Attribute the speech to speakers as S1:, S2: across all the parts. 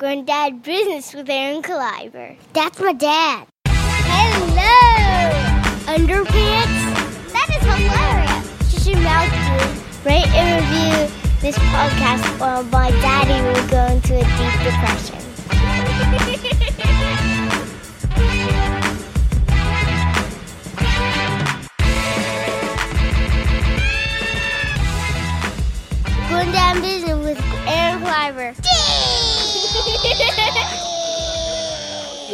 S1: and Dad Business with Aaron Kleiber. That's my dad. Hello! Underpants? That is hilarious. You should mouth to rate and review this podcast or my daddy will go into a deep depression. Going down business with Aaron Kleiber.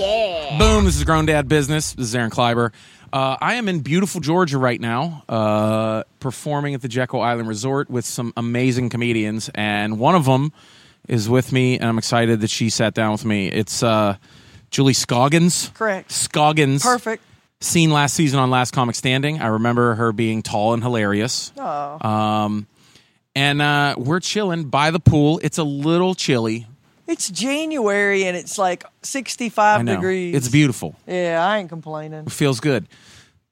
S1: yeah.
S2: Boom! This is Grown Dad Business. This is Aaron Kleiber. Uh, I am in beautiful Georgia right now, uh, performing at the Jekyll Island Resort with some amazing comedians, and one of them is with me, and I'm excited that she sat down with me. It's uh, Julie Scoggins.
S3: Correct.
S2: Scoggins.
S3: Perfect.
S2: Seen last season on Last Comic Standing. I remember her being tall and hilarious.
S3: Oh.
S2: Um, and uh, we're chilling by the pool. It's a little chilly.
S3: It's January and it's like 65
S2: I know.
S3: degrees.
S2: It's beautiful.
S3: Yeah, I ain't complaining.
S2: feels good.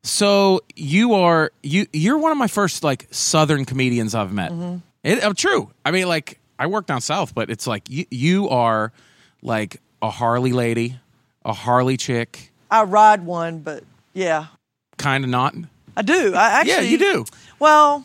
S2: So you are you you're one of my first like Southern comedians I've met.
S3: Mm-hmm.
S2: It, uh, true. I mean, like I work down south, but it's like you you are like a Harley lady, a Harley chick,
S3: I ride one, but yeah,
S2: kind of not.
S3: I do. I actually.
S2: yeah, you do.
S3: Well,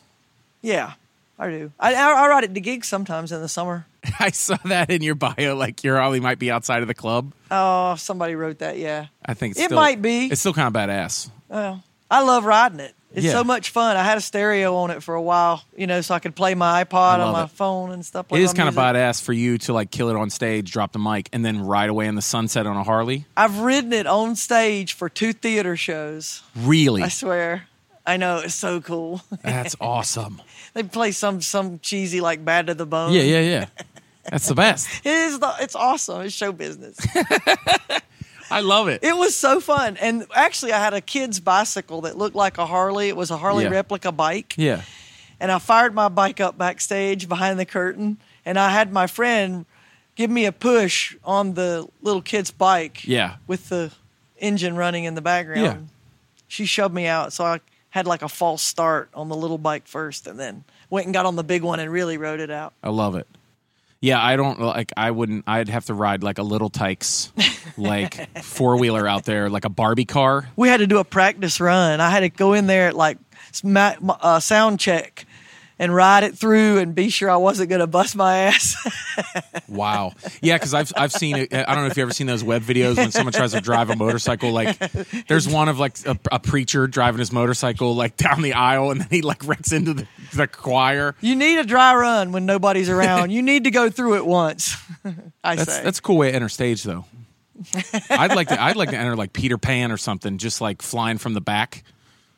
S3: yeah, I do. I, I, I ride it to gigs sometimes in the summer.
S2: I saw that in your bio. Like your Harley might be outside of the club.
S3: Oh, somebody wrote that. Yeah.
S2: I think it's
S3: It
S2: still-
S3: might be.
S2: It's still kind of badass.
S3: Well, I love riding it. It's
S2: Yeah.
S3: so much fun. I had a stereo on it for a while, you know, so I could play my iPod
S2: I love
S3: on my
S2: it.
S3: phone and stuff.
S2: It
S3: like
S2: is
S3: my
S2: kind of
S3: music.
S2: badass for you to like kill it on stage, drop the mic, and then ride away in the sunset on a Harley.
S3: I've ridden it on stage for two theater shows.
S2: Really,
S3: I swear. I know it's so cool.
S2: that's awesome.
S3: they play some some cheesy like bad to the bone.
S2: Yeah, yeah, yeah. That's the best.
S3: It is the, it's awesome. It's show business.
S2: I love it.
S3: it was so fun. And actually I had a kid's bicycle that looked like a Harley. It was a Harley
S2: Yeah.
S3: replica bike.
S2: Yeah.
S3: and I fired my bike up backstage behind the curtain, and I had my friend give me a push on the little kid's bike.
S2: Yeah.
S3: With the engine running in the background.
S2: Yeah.
S3: She shoved me out, so I had like a false start on the little bike first, and then went and got on the big one and really rode it out.
S2: I love it. Yeah, I don't like I wouldn't I'd have to ride like a little tykes like four wheeler out there, like a Barbie car.
S3: We had to do a practice run. I had to go in there at like s- ma- m- uh, sound check. And ride it through and be sure I wasn't going to bust my ass.
S2: Wow. Yeah, because I've I've seen I don't know if you've ever seen those web videos when someone tries to drive a motorcycle. Like there's one of like a, a preacher driving his motorcycle like down the aisle and then he like wrecks into the, the choir.
S3: you need a dry run when nobody's around. You need to go through it once. I
S2: That's
S3: say.
S2: that's a cool way to enter stage though. I'd like to I'd like to enter like Peter Pan or something, just like flying from the back.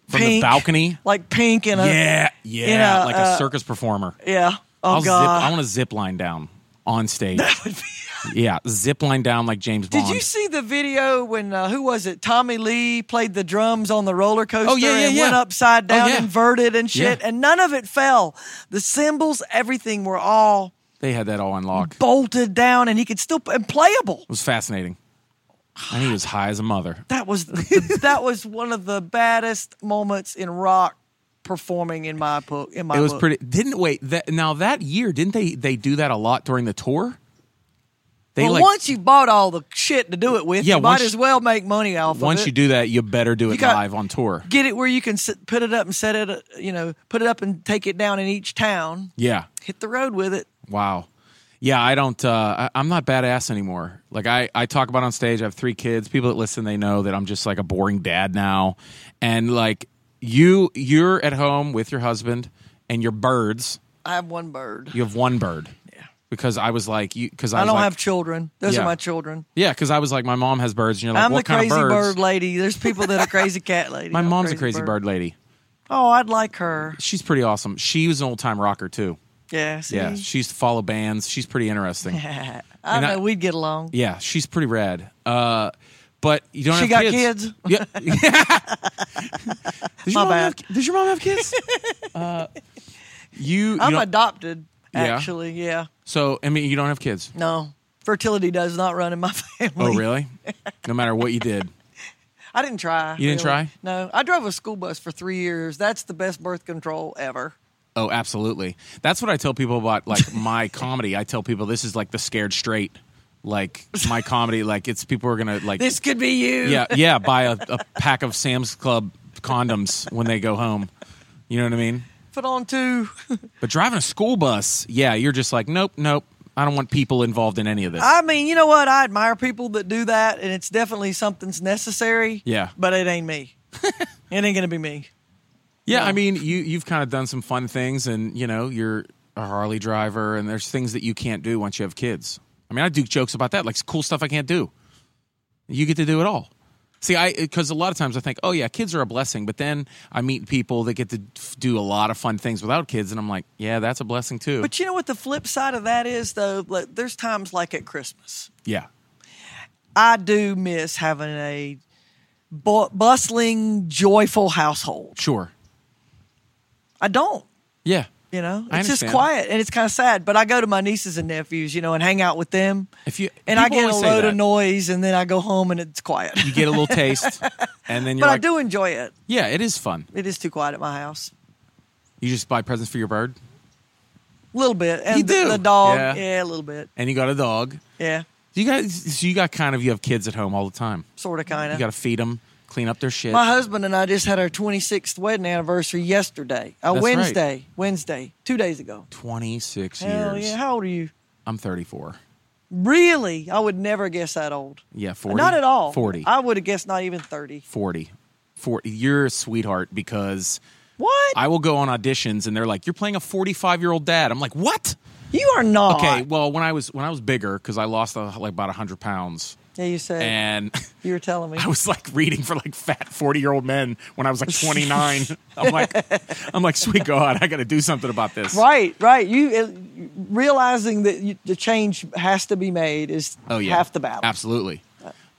S2: From the
S3: Pink.
S2: balcony.
S3: like pink and a
S2: Yeah, yeah,
S3: know,
S2: like a
S3: uh,
S2: circus performer.
S3: yeah. Oh
S2: I'll zip, I
S3: god.
S2: want to zip line down on stage. yeah, zip line down like James Bond.
S3: Did you see the video when uh, who was it? Tommy Lee played the drums on the roller coaster
S2: Oh, yeah, yeah,
S3: and
S2: yeah.
S3: went upside
S2: Oh,
S3: down,
S2: yeah.
S3: inverted and shit,
S2: Yeah.
S3: and none of it fell. The cymbals, everything were all
S2: They had that all on lock. It
S3: bolted down, and he could still and playable.
S2: was fascinating. And he was high as a mother.
S3: That was the, that was one of the baddest moments in rock performing in my book. In my
S2: It was
S3: book.
S2: pretty. Didn't wait. That, now that year, didn't they? They do that a lot during the tour. They
S3: Well,
S2: like
S3: once you bought all the shit to do it with,
S2: Yeah,
S3: you might
S2: once-
S3: as well make money off of it.
S2: once you do that, you better do it
S3: got-
S2: live on tour.
S3: get it where you can sit, put it up and set it, uh, you know, put it up and take it down in each town.
S2: Yeah.
S3: Hit the road with it.
S2: Wow. Yeah, I don't. Uh, I, I'm not badass anymore. Like I, I talk about on stage. I have three kids. People that listen, they know that I'm just like a boring dad now. And like you, you're at home with your husband and your birds.
S3: I have one bird.
S2: You have one bird. Yeah. Because I was like, you. Because I,
S3: I
S2: was
S3: don't
S2: like-
S3: have children. Those
S2: Yeah.
S3: are my children.
S2: Yeah, because I was like, my mom has birds, and you're like,
S3: I'm
S2: what
S3: the
S2: kind
S3: crazy
S2: of birds?
S3: bird lady. There's people that are crazy cat lady.
S2: My
S3: I'm
S2: mom's a crazy bird. lady.
S3: Oh, I'd like her.
S2: She's pretty awesome. She was an old time rocker too.
S3: Yeah. See?
S2: Yeah, she used to follow bands. She's pretty interesting.
S3: I
S2: And
S3: know
S2: I-
S3: we'd get along.
S2: Yeah, she's pretty rad. Uh, but you don't
S3: She
S2: have
S3: got
S2: kids.
S3: kids?
S2: Yeah. does, your
S3: My
S2: mom
S3: bad.
S2: Have, does your mom have kids? uh, you, you
S3: I'm
S2: don't-
S3: adopted,
S2: Yeah?
S3: actually. Yeah.
S2: so I mean you don't have kids.
S3: No, fertility does not run in my family.
S2: Oh really? No matter what you did,
S3: I didn't try.
S2: You didn't
S3: really.
S2: try?
S3: No, I drove a school bus for three years. That's the best birth control ever.
S2: oh absolutely. That's what I tell people about like my comedy. I tell people this is like the scared straight like my comedy. Like it's people are gonna like
S3: This could be you.
S2: yeah yeah buy a, a pack of Sam's Club condoms when they go home. You know what I mean?
S3: Put on two.
S2: But driving a school bus, yeah, you're just like nope nope. I don't want people involved in any of this.
S3: I mean, you know what? I admire people that do that, and it's definitely something's necessary.
S2: Yeah.
S3: But it ain't me. it ain't gonna be me.
S2: Yeah, I mean, you you've kind of done some fun things, and you know, you're a Harley driver, and there's things that you can't do once you have kids. I mean, I do jokes about that, like cool stuff I can't do. You get to do it all. See, I because a lot of times I think, oh yeah, kids are a blessing, but then I meet people that get to f- do a lot of fun things without kids, and I'm like, yeah, that's a blessing too.
S3: But you know what the flip side of that is, though? Like, there's times like at Christmas,
S2: yeah,
S3: I do miss having a bu- bustling, joyful household.
S2: sure,
S3: I don't.
S2: yeah.
S3: You know,
S2: I
S3: it's just
S2: understand.
S3: quiet and it's kind of sad. But I go to my nieces and nephews, you know, and hang out with them,
S2: If you
S3: and I
S2: people
S3: get a
S2: always say
S3: load
S2: that.
S3: of noise, and then I go home and it's quiet.
S2: you get a little taste, and then you're
S3: but I
S2: like,
S3: do enjoy it.
S2: yeah, it is fun.
S3: It is too quiet at my house.
S2: You just buy presents for your bird,
S3: A little bit. And
S2: You
S3: the,
S2: do?
S3: the dog.
S2: Yeah.
S3: Yeah. a little bit.
S2: and you got a dog.
S3: Yeah.
S2: You got so you got kind of you have kids at home all the time.
S3: Sort of kind
S2: You got to
S3: of.
S2: feed them, clean up their shit.
S3: My husband and I just had our 26th wedding anniversary yesterday. Uh,
S2: That's right.
S3: Wednesday. Wednesday. Two days ago.
S2: 26
S3: Hell
S2: years.
S3: yeah. How old are you?
S2: I'm 34.
S3: Really? I would never guess that old.
S2: Yeah, 40.
S3: Not at all.
S2: 40.
S3: I would have guessed not even 30.
S2: 40. 40. You're a sweetheart because
S3: What?
S2: I will go on auditions and they're like, "You're playing a 45-year-old dad." I'm like, "What?"
S3: you are not.
S2: Okay, well, when I was when I was bigger cuz I lost uh, like about 100 pounds
S3: Yeah, you said.
S2: and
S3: you were telling me.
S2: I was like reading for like fat 40 year old men when I was like 29. I'm like, I'm like, sweet God, I got to do something about this.
S3: Right, right. You uh, realizing that you, the change has to be made is
S2: Oh yeah,
S3: half the battle.
S2: Absolutely.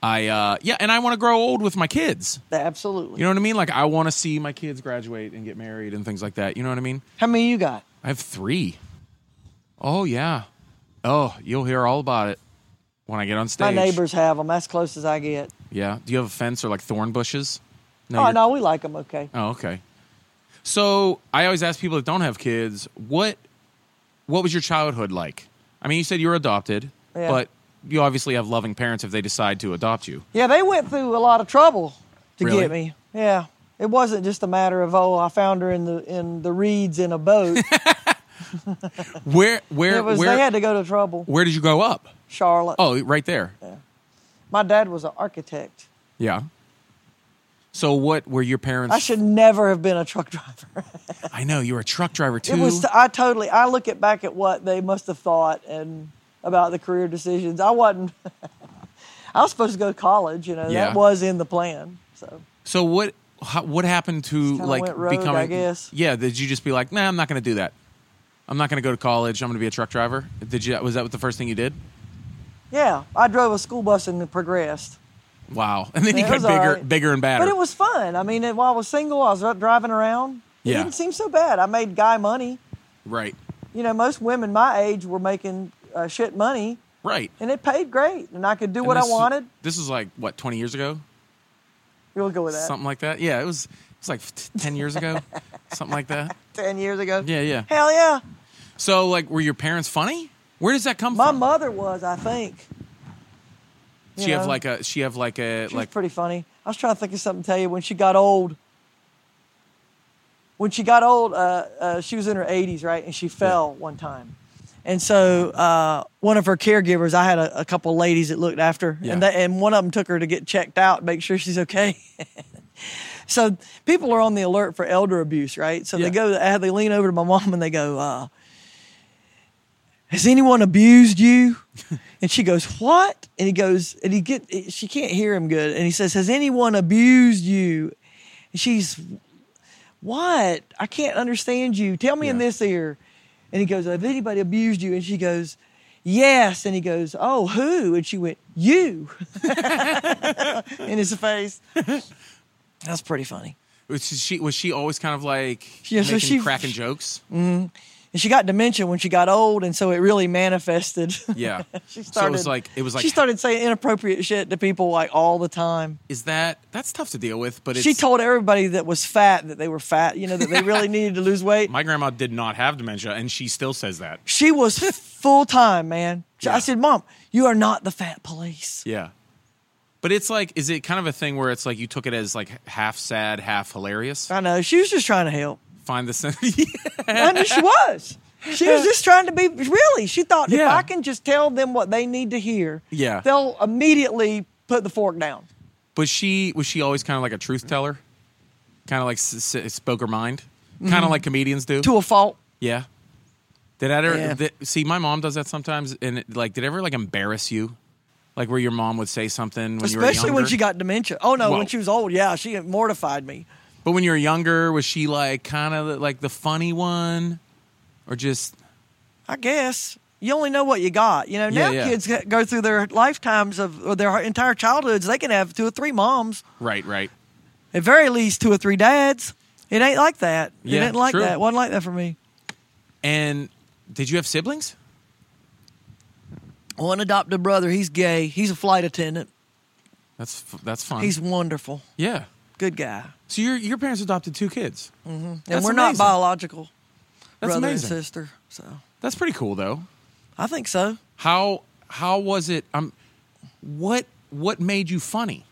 S2: I uh, yeah, and I want to grow old with my kids.
S3: Absolutely.
S2: You know what I mean? Like I want to see my kids graduate and get married and things like that. You know what I mean?
S3: How many you got?
S2: I have three. Oh yeah. Oh, you'll hear all about it when I get on
S3: My
S2: stage.
S3: neighbors have them. That's close as I get.
S2: Yeah. Do you have a fence or like thorn bushes?
S3: oh
S2: you're-
S3: no, we like them. Okay.
S2: Oh, okay. So I always ask people that don't have kids, what what was your childhood like? I mean, you said you were adopted,
S3: Yeah.
S2: but you obviously have loving parents if they decide to adopt you.
S3: Yeah, they went through a lot of trouble to
S2: Really?
S3: get me. Yeah, it wasn't just a matter of oh, I found her in the in the reeds in a boat.
S2: Where where
S3: it was
S2: where
S3: they had to go to trouble.
S2: where did you grow up?
S3: Charlotte.
S2: Oh, right there.
S3: My dad was an architect.
S2: Yeah. So what were your parents?
S3: I should never have been a truck driver.
S2: I know you were a truck driver too.
S3: it was. I totally. I look at back at what they must have thought and about the career decisions. I wasn't. I was supposed to go to college. You know
S2: Yeah.
S3: that was in the plan. So
S2: so what? How, what happened to
S3: kinda
S2: like
S3: went rogue, I
S2: becoming?
S3: guess.
S2: Yeah. Did you just be like, nah, I'm not going to do that. I'm not going to go to college. I'm going to be a truck driver. Did you? Was that what the first thing you did?
S3: yeah, I drove a school bus and progressed.
S2: Wow. And then
S3: Yeah,
S2: you
S3: it
S2: got
S3: was
S2: bigger,
S3: alright.
S2: bigger and badder.
S3: But it was fun. I mean, while I was single, I was out driving around. It
S2: Yeah.
S3: didn't seem so bad. I made guy money.
S2: right.
S3: You know, most women my age were making uh, shit money,
S2: Right.
S3: and it paid great, and I could do
S2: And
S3: what I
S2: this-
S3: wanted.
S2: This is like what 20 years ago,
S3: You'll go with that.
S2: something like that. Yeah, it was. It's like t- 10 years ago, something like that.
S3: Ten years ago.
S2: Yeah, yeah.
S3: Hell yeah.
S2: So, like, were your parents funny? Where does that come
S3: My
S2: from?
S3: mother was, I think.
S2: She have
S3: know.
S2: like a. She have like a.
S3: She was
S2: like
S3: pretty funny. I was trying to think of something to tell you. When she got old, when she got old, uh, uh, she was in her 80s, right? And she fell one time. And so uh, one of her caregivers, I had a, a couple of ladies that looked after, her, and,
S2: Yeah.
S3: they, and one of them took her to get checked out, make sure she's okay. so people are on the alert for elder abuse, right? So
S2: Yeah.
S3: they go, they lean over to my mom and they go, uh, has anyone abused you? And she goes, what? And he goes, and he get, she can't hear him good. And he says, has anyone abused you? And she's, what? I can't understand you. Tell me in
S2: Yeah.
S3: this ear. And he goes, have anybody abused you? And she goes, yes. And he goes, oh, who? And she went, you. in his face. That's pretty funny.
S2: was she was she always kind of like
S3: Yeah, so
S2: making
S3: she-
S2: cracking jokes?
S3: and she got dementia when she got old, and so it really manifested.
S2: Yeah.
S3: she started.
S2: so it was like it was like
S3: she started saying inappropriate shit to people like all the time.
S2: is that that's tough to deal with, but it's,
S3: She told everybody that was fat that they were fat. You know that they really needed to lose weight.
S2: my grandma did not have dementia and she still says that.
S3: She was full time, man. She-
S2: Yeah.
S3: I said, Mom, you are not the fat police.
S2: Yeah. But it's like is it kind of a thing where it's like you took it as like half sad, half hilarious?
S3: I know. She was just trying to help.
S2: Find the sense. yeah.
S3: I mean, she was. She was just trying to be really. She thought if
S2: Yeah.
S3: I can just tell them what they need to hear,
S2: Yeah.
S3: they'll immediately put the fork down.
S2: But she was she always kind of like a truth teller? Kind of like s- s- spoke her mind?
S3: Mm-hmm.
S2: Kind of like comedians do?
S3: To a fault.
S2: Yeah. Did that ever?
S3: Yeah.
S2: Did, see, my mom does that sometimes, and it, like, did it ever like embarrass you? Like where your mom would say something, when you were
S3: Especially
S2: younger?
S3: when she got dementia. Oh no,
S2: Whoa.
S3: when she was old, yeah, she mortified me.
S2: But when you were younger, was she like kind of like the funny one, or just
S3: I guess you only know what you got. You know,
S2: Yeah,
S3: now
S2: yeah.
S3: kids g- go through their lifetimes of or their entire childhoods. They can have two or three moms,
S2: right, right?
S3: at very least two or three dads. It ain't like that.
S2: Yeah,
S3: it ain't like
S2: true.
S3: that. wasn't like that for me.
S2: And did you have siblings?
S3: One adopted brother. He's gay. He's a flight attendant.
S2: That's f- that's fun.
S3: He's wonderful.
S2: yeah.
S3: Good guy.
S2: So your your parents adopted two kids. Mm-hmm.
S3: And we're not biological
S2: That's
S3: brother
S2: amazing.
S3: and sister. So
S2: That's pretty cool though.
S3: I think so.
S2: How how was it? Um, what what made you funny?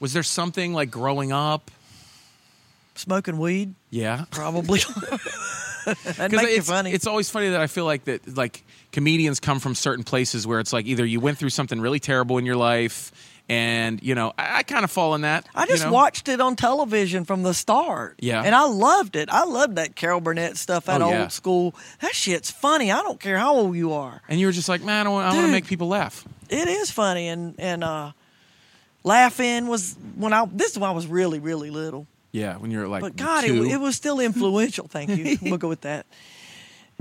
S2: Was there something like growing up?
S3: Smoking weed,
S2: Yeah.
S3: probably. that
S2: Because
S3: makes you
S2: it's,
S3: funny.
S2: it's always funny that I feel like that like comedians come from certain places where it's like either you went through something really terrible in your life, and you know I, I kind of fall in that.
S3: I
S2: you
S3: just
S2: know?
S3: watched it on television from the start.
S2: Yeah.
S3: And I loved it. I loved that Carol Burnett stuff, that
S2: Oh,
S3: old
S2: yeah.
S3: school. That shit's funny. I don't care how old you are.
S2: and you were just like, man, I want, I want to
S3: Dude.
S2: make people laugh.
S3: It is funny and and uh laughing was when I this is when I was really, really little.
S2: Yeah, when you're like,
S3: But God, it,
S2: two.
S3: wa- it was still influential. Thank you. we'll go with that.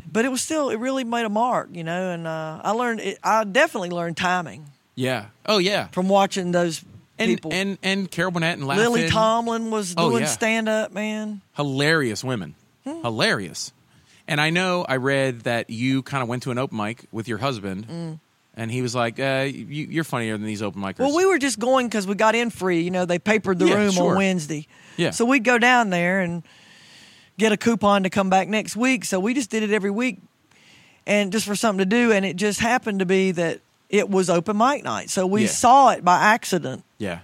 S3: But it was still, it really made a mark, you know. And uh, I learned, it, I definitely learned timing
S2: yeah, oh yeah,
S3: from watching those
S2: and
S3: people.
S2: and and Carol Burnett and laughing,
S3: Lily Tomlin was
S2: Oh,
S3: doing
S2: yeah.
S3: stand up, man.
S2: hilarious women,
S3: Hmm.
S2: hilarious. And I know I read that you kind of went to an open mic with your husband, and he was like, uh, you, "You're funnier than these open micers."
S3: Mm. Well, we were just going because we got in free. You know, they papered the
S2: Yeah,
S3: room
S2: sure.
S3: on Wednesday.
S2: Yeah.
S3: So we'd go down there and get a coupon to come back next week. So we just did it every week and just for something to do. And it just happened to be that it was open mic night. So we
S2: Yeah.
S3: saw it by accident
S2: yeah,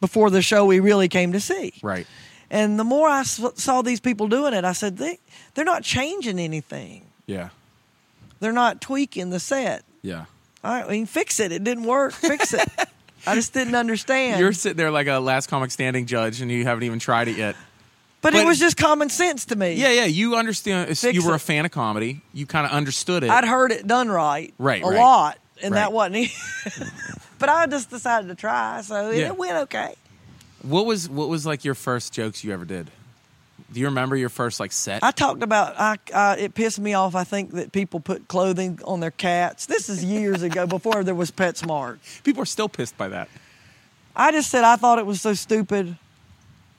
S3: before the show we really came to see.
S2: right,
S3: And the more I s- saw these people doing it, I said, they, they're not changing anything.
S2: yeah,
S3: They're not tweaking the set.
S2: yeah.
S3: All right, I mean, fix it. It didn't work. Fix it. I just didn't understand.
S2: You're sitting there like a last comic standing judge, and you haven't even tried it yet.
S3: but,
S2: but-
S3: it was just common sense to me.
S2: Yeah, yeah. You understand. uh,
S3: Fix
S2: you were a
S3: it.
S2: fan of comedy. You kind of understood it.
S3: I'd heard it done right,
S2: Right,
S3: a
S2: right.
S3: lot, and
S2: Right.
S3: that wasn't it. but I just decided to try, so
S2: Yeah.
S3: it went okay.
S2: what was what was like your first jokes you ever did? Do you remember your first like set?
S3: I talked about I, I it pissed me off. I think that people put clothing on their cats. This is years ago, before there was PetSmart.
S2: People are still pissed by that.
S3: I just said I thought it was so stupid,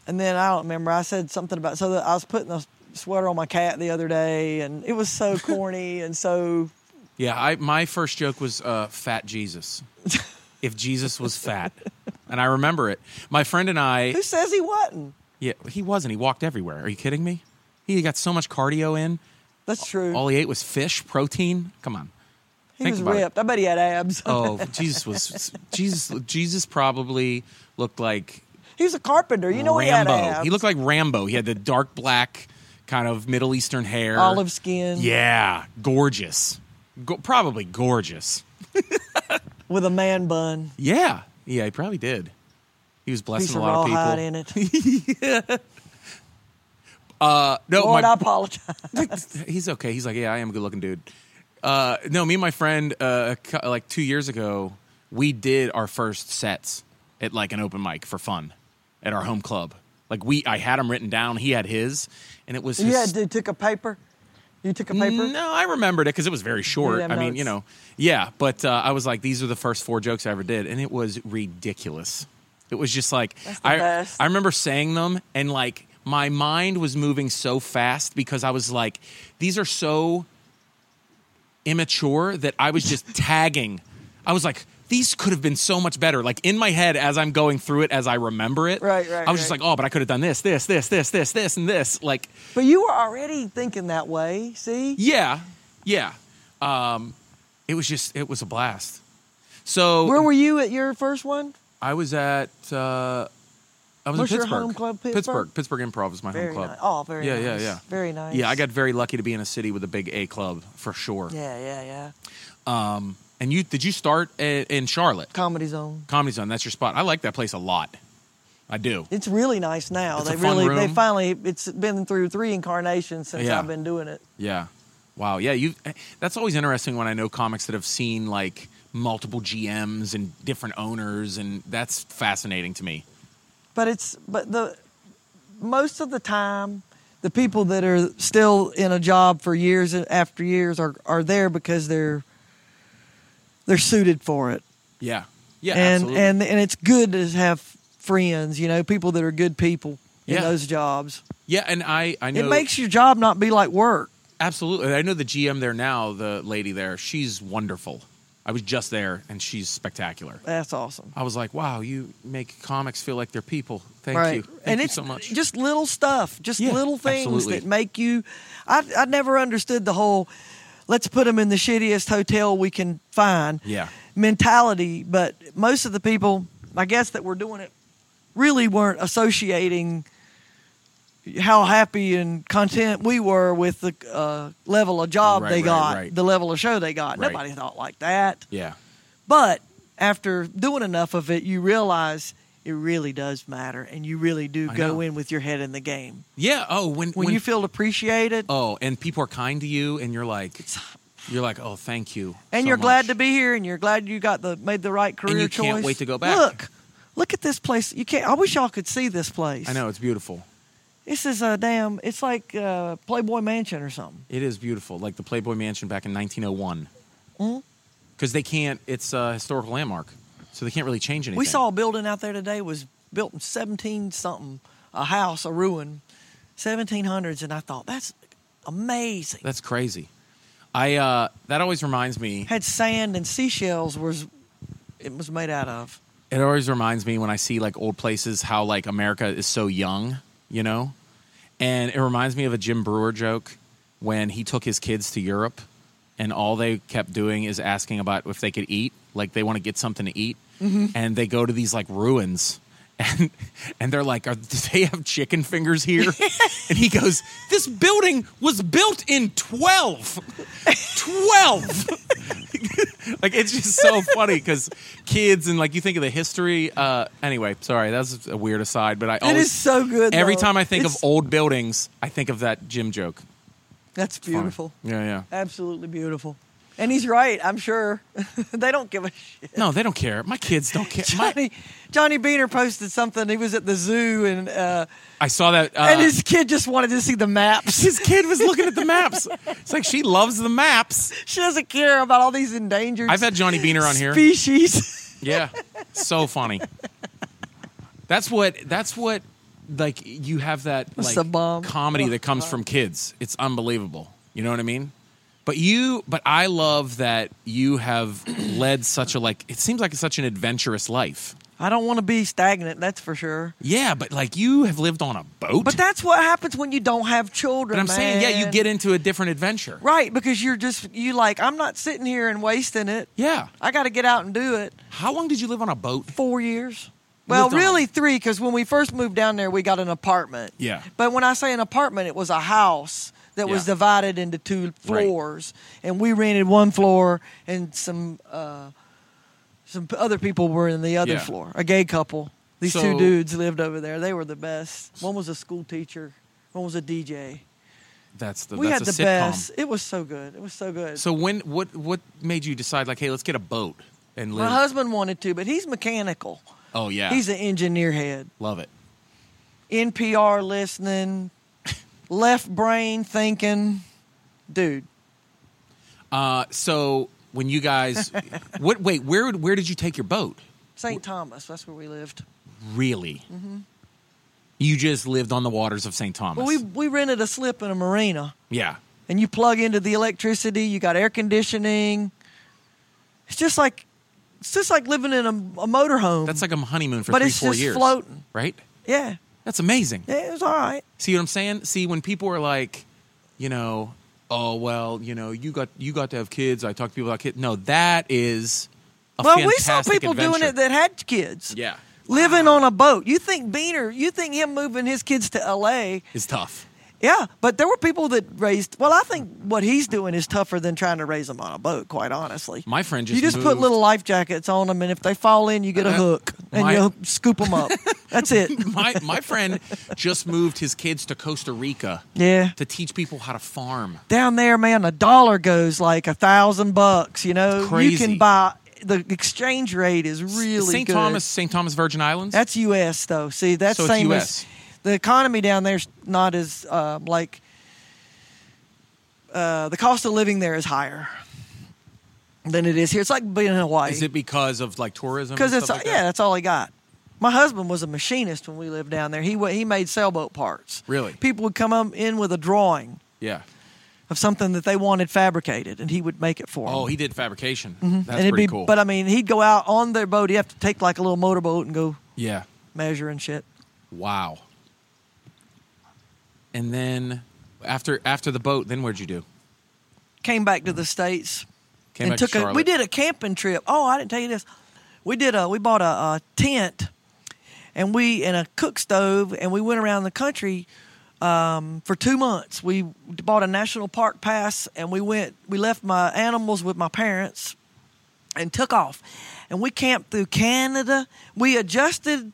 S3: and then I don't remember. I said something about so that I was putting a sweater on my cat the other day, and it was so corny and so
S2: Yeah, I my first joke was uh, fat Jesus. if Jesus was fat, and I remember it. My friend and I.
S3: who says he wasn't?
S2: Yeah, he wasn't. He walked everywhere. Are you kidding me? He got so much cardio in.
S3: That's true.
S2: All he ate was fish, protein. Come on.
S3: he
S2: think
S3: was
S2: about it.
S3: ripped. I bet he had abs.
S2: Oh, Jesus was Jesus. Jesus probably looked like
S3: He was a carpenter. You know he had
S2: Rambo.
S3: abs.
S2: He looked like Rambo. He had the dark black kind of Middle Eastern hair,
S3: olive skin
S2: Yeah, gorgeous. Go- probably gorgeous.
S3: with a man bun.
S2: Yeah, yeah, he probably did. He was blessing
S3: Piece
S2: a
S3: of
S2: lot of people. Uh,
S3: rawhide in it.
S2: No,
S3: Lord,
S2: my-
S3: I apologize.
S2: he's okay. He's like, yeah, I am a good looking dude. Uh, no, me and my friend, uh, cu- like two years ago, we did our first sets at like an open mic for fun at our home club. Like we, I had him written down. He had his, and it was
S3: You
S2: his-
S3: had to took a paper. You took a paper.
S2: No, I remembered it because it was very short.
S3: Yeah,
S2: I mean,
S3: notes.
S2: you know, yeah. But uh, I was like, these are the first four jokes I ever did, and it was ridiculous. It was just like
S3: the
S2: I
S3: best.
S2: I remember saying them and like my mind was moving so fast because I was like, these are so immature that I was just tagging. I was like, these could have been so much better. Like in my head, as I'm going through it, as I remember it,
S3: Right, right,
S2: I was just
S3: right.
S2: like, oh, but I could have done this, this, this, this, this, this, and this. Like,
S3: But you were already thinking that way. See,
S2: yeah, yeah. Um, it was just, it was a blast. So
S3: where were you at your first one?
S2: I was at uh, I was
S3: What's
S2: in
S3: your
S2: Pittsburgh.
S3: home club, Pittsburgh?
S2: Pittsburgh. Pittsburgh Improv is my
S3: Very
S2: home club.
S3: nice. Oh, very
S2: yeah,
S3: nice.
S2: yeah, yeah.
S3: Very nice.
S2: Yeah, I got very lucky to be in a city with a big A club for sure.
S3: Yeah, yeah, yeah.
S2: And you did you start i- in Charlotte
S3: Comedy Zone.
S2: Comedy Zone? That's your spot. I like that place a lot. I do.
S3: It's really nice now.
S2: It's a
S3: they
S2: fun
S3: really, they
S2: room.
S3: finally, it's been through three incarnations since
S2: Yeah.
S3: I've been doing it.
S2: Yeah. Wow. Yeah. You. That's always interesting when I know comics that have seen like multiple GMs and different owners, and that's fascinating to me.
S3: But it's, but the, most of the time, the people that are still in a job for years after years are, are there because they're, they're suited for it.
S2: Yeah. Yeah.
S3: and
S2: absolutely.
S3: and and it's good to have friends, you know, people that are good people in
S2: Yeah.
S3: those jobs.
S2: yeah. And I. I know.
S3: It makes your job not be like work.
S2: Absolutely. I know the GM there now, the lady there, she's wonderful. I was just there and she's spectacular.
S3: That's awesome.
S2: I was like, wow, you make comics feel like they're people. Thank
S3: right.
S2: you. Thank
S3: and
S2: you
S3: it's
S2: so much.
S3: just little stuff, just
S2: Yeah,
S3: little things
S2: absolutely.
S3: that make you I I never understood the whole let's put them in the shittiest hotel we can find
S2: Yeah.
S3: mentality, but most of the people I guess that were doing it really weren't associating how happy and content we were with the uh, level of job
S2: Right,
S3: they
S2: right,
S3: got,
S2: right.
S3: the level of show they got.
S2: Right.
S3: Nobody thought like that.
S2: yeah.
S3: But after doing enough of it, you realize it really does matter, and you really do
S2: I
S3: go
S2: know.
S3: in with your head in the game.
S2: Yeah. Oh, when,
S3: When, you feel appreciated
S2: oh, and people are kind to you and you're like, you're like, oh, thank you.
S3: and
S2: so
S3: you're
S2: much."
S3: glad to be here, and you're glad you got the made the right career
S2: you
S3: choice.
S2: can't wait to go back.
S3: Look, look at this place. You can't. I wish y'all could see this place.
S2: I know. It's beautiful.
S3: This is a damn. It's like uh, Playboy Mansion or something.
S2: It is beautiful. Like the Playboy Mansion back in 1901.
S3: Mm-hmm.
S2: Because they can't, it's a historical landmark. So they can't really change anything.
S3: We saw a building out there today was built in seventeen something, a house, a ruin, seventeen hundreds, and I thought that's amazing.
S2: That's crazy. I uh, that always reminds me.
S3: had sand and seashells was it was made out of.
S2: It always reminds me when I see like old places how like America is so young, you know. And it reminds me of a Jim Brewer joke when he took his kids to Europe, and all they kept doing is asking about if they could eat, like they want to get something to eat, and they go to these like ruins. And, and they're like, Are, do they have chicken fingers here? and he goes, This building was built in 12. 12. like it's just so funny because kids and like you think of the history. Uh, anyway, sorry, that's a weird aside, but I
S3: it
S2: always
S3: is so good.
S2: Oh, every
S3: though.
S2: time I think
S3: It's-
S2: of old buildings, I think of that gym joke.
S3: that's
S2: Funny.
S3: beautiful,
S2: Yeah, yeah.
S3: absolutely beautiful. And he's right, I'm sure. they don't give a shit.
S2: No, they don't care. My kids don't care. My,
S3: Johnny Johnny Beaner posted something. He was at the zoo and uh,
S2: I saw that. Uh,
S3: and his kid just wanted to see the maps.
S2: his kid was looking at the maps. It's like she loves the maps.
S3: she doesn't care about all these endangered
S2: I've had Johnny Beaner on here.
S3: species.
S2: Yeah. So funny. That's what that's what like you have that
S3: That's
S2: like
S3: a bomb.
S2: comedy that comes from kids. It's unbelievable. You know what I mean? But you but I love that you have led such a like it seems like it's such an adventurous life.
S3: I don't want to be stagnant, that's for sure.
S2: Yeah, but like you have lived on a boat.
S3: But that's what happens when you don't have
S2: But
S3: children.
S2: I'm saying, yeah, you
S3: man.
S2: get into a different adventure.
S3: Right, because you're just you like I'm not sitting here and wasting it.
S2: Yeah.
S3: I got to get out and do it.
S2: How long did you live on a boat?
S3: Four years. Well,
S2: Lived on-
S3: really three, because when we first moved down there, we got an apartment.
S2: Yeah.
S3: But when I say an apartment, it was a house that was
S2: Yeah.
S3: divided into two floors, and we rented one floor, and some uh, some p- other people were in the other
S2: Yeah.
S3: floor. A gay couple. These two
S2: So-
S3: dudes lived over there. They were the best. One was a school teacher. One was a DJ.
S2: That's the
S3: we had
S2: that's
S3: the
S2: a sitcom.
S3: best. It was so good. It was so good.
S2: So when what what made you decide like, hey, let's get a boat and live?
S3: My husband wanted to, but he's mechanical.
S2: oh yeah,
S3: He's an engineer head.
S2: love it.
S3: NPR listening, left brain thinking. Dude,
S2: Uh, so when you guys, what? Wait, where where did you take your boat?
S3: St. Thomas, that's where we lived.
S2: Really? You just lived on the waters of St. Thomas.
S3: Mm-hmm. Well, we we rented a slip in a marina,
S2: yeah.
S3: and you plug into the electricity. You got air conditioning. It's just like it's just like living in a, a motorhome.
S2: That's like a honeymoon for
S3: But
S2: three,
S3: it's
S2: four
S3: just
S2: years.
S3: floating.
S2: Right?
S3: yeah,
S2: That's amazing.
S3: yeah. It was all right.
S2: See what I'm saying? See when people are like, you know, oh well, you know, you got you got to have kids. I talk to people about kids. No, that is a
S3: well, we saw
S2: fantastic
S3: people doing
S2: adventure.
S3: it that had kids.
S2: yeah
S3: Living on a boat. You think Beaner, you think him moving his kids to LA.
S2: is tough.
S3: Yeah, but there were people that raised, well, I think what he's doing is tougher than trying to raise them on a boat, quite honestly.
S2: My friend just
S3: you just put
S2: moved-
S3: little life jackets on them, and if they fall in, you get a
S2: Uh,
S3: hook and
S2: my-
S3: you scoop them up. That's it.
S2: My my friend just moved his kids to Costa Rica
S3: Yeah.
S2: to teach people how to farm.
S3: Down there, man, a dollar goes like a thousand bucks, you know? You
S2: crazy.
S3: can buy, the exchange rate is really
S2: St.
S3: good.
S2: Thomas, St. Thomas Virgin Islands.
S3: That's U.S. though. See, that's
S2: So it's
S3: same
S2: US.
S3: as the economy down there's not as uh, like uh, the cost of living there is higher than it is here. It's like being in Hawaii
S2: is it because of like tourism?
S3: because
S2: and
S3: it's
S2: stuff like
S3: yeah,
S2: that?
S3: that's all I got. My husband was a machinist when we lived down there. He wa- he made sailboat parts.
S2: Really?
S3: people would come um, in with a drawing
S2: yeah.
S3: of something that they wanted fabricated, and he would make it for them.
S2: Oh, he did fabrication. That's
S3: Mm-hmm. and it'd
S2: pretty
S3: be,
S2: cool.
S3: But I mean, he'd go out on their boat. He'd have to take like a little motorboat and go
S2: yeah.
S3: measure and shit.
S2: Wow. And then after after the boat, then where'd you do?
S3: Came back to the states.
S2: Came
S3: and
S2: back
S3: took
S2: to
S3: a,
S2: Charlotte.
S3: we did a camping trip. Oh, I didn't tell you this. We did a we bought a, a tent and we and a cook stove and we went around the country um, for two months. We bought a national park pass and we went we left my animals with my parents and took off. And we camped through Canada. We adjusted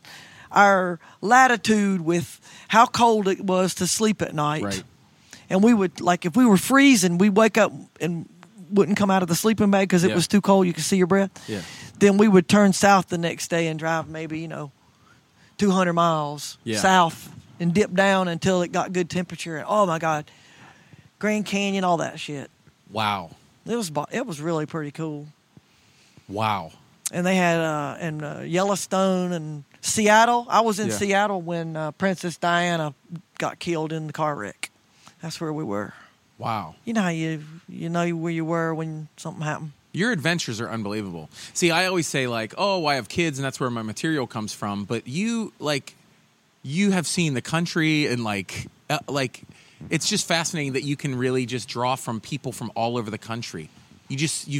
S3: our latitude with how cold it was to sleep at night
S2: Right.
S3: and we would like if we were freezing, we'd wake up and wouldn't come out of the sleeping bag because it
S2: Yeah.
S3: was too cold. You could see your breath.
S2: Yeah.
S3: Then we would turn south the next day and drive maybe you know, two hundred miles
S2: Yeah.
S3: south and dip down until it got good temperature. And oh my God, Grand Canyon, all that shit.
S2: Wow.
S3: It was bo- it was really pretty cool.
S2: Wow.
S3: And they had uh, and uh, Yellowstone and Seattle. I was in
S2: Yeah.
S3: Seattle when uh, Princess Diana got killed in the car wreck. That's where we were.
S2: Wow.
S3: you know how you you know where you were when something happened.
S2: Your adventures are unbelievable. See, I always say like, "Oh, I have kids and that's where my material comes from," but you like you have seen the country and like uh, like it's just fascinating that you can really just draw from people from all over the country. You just you've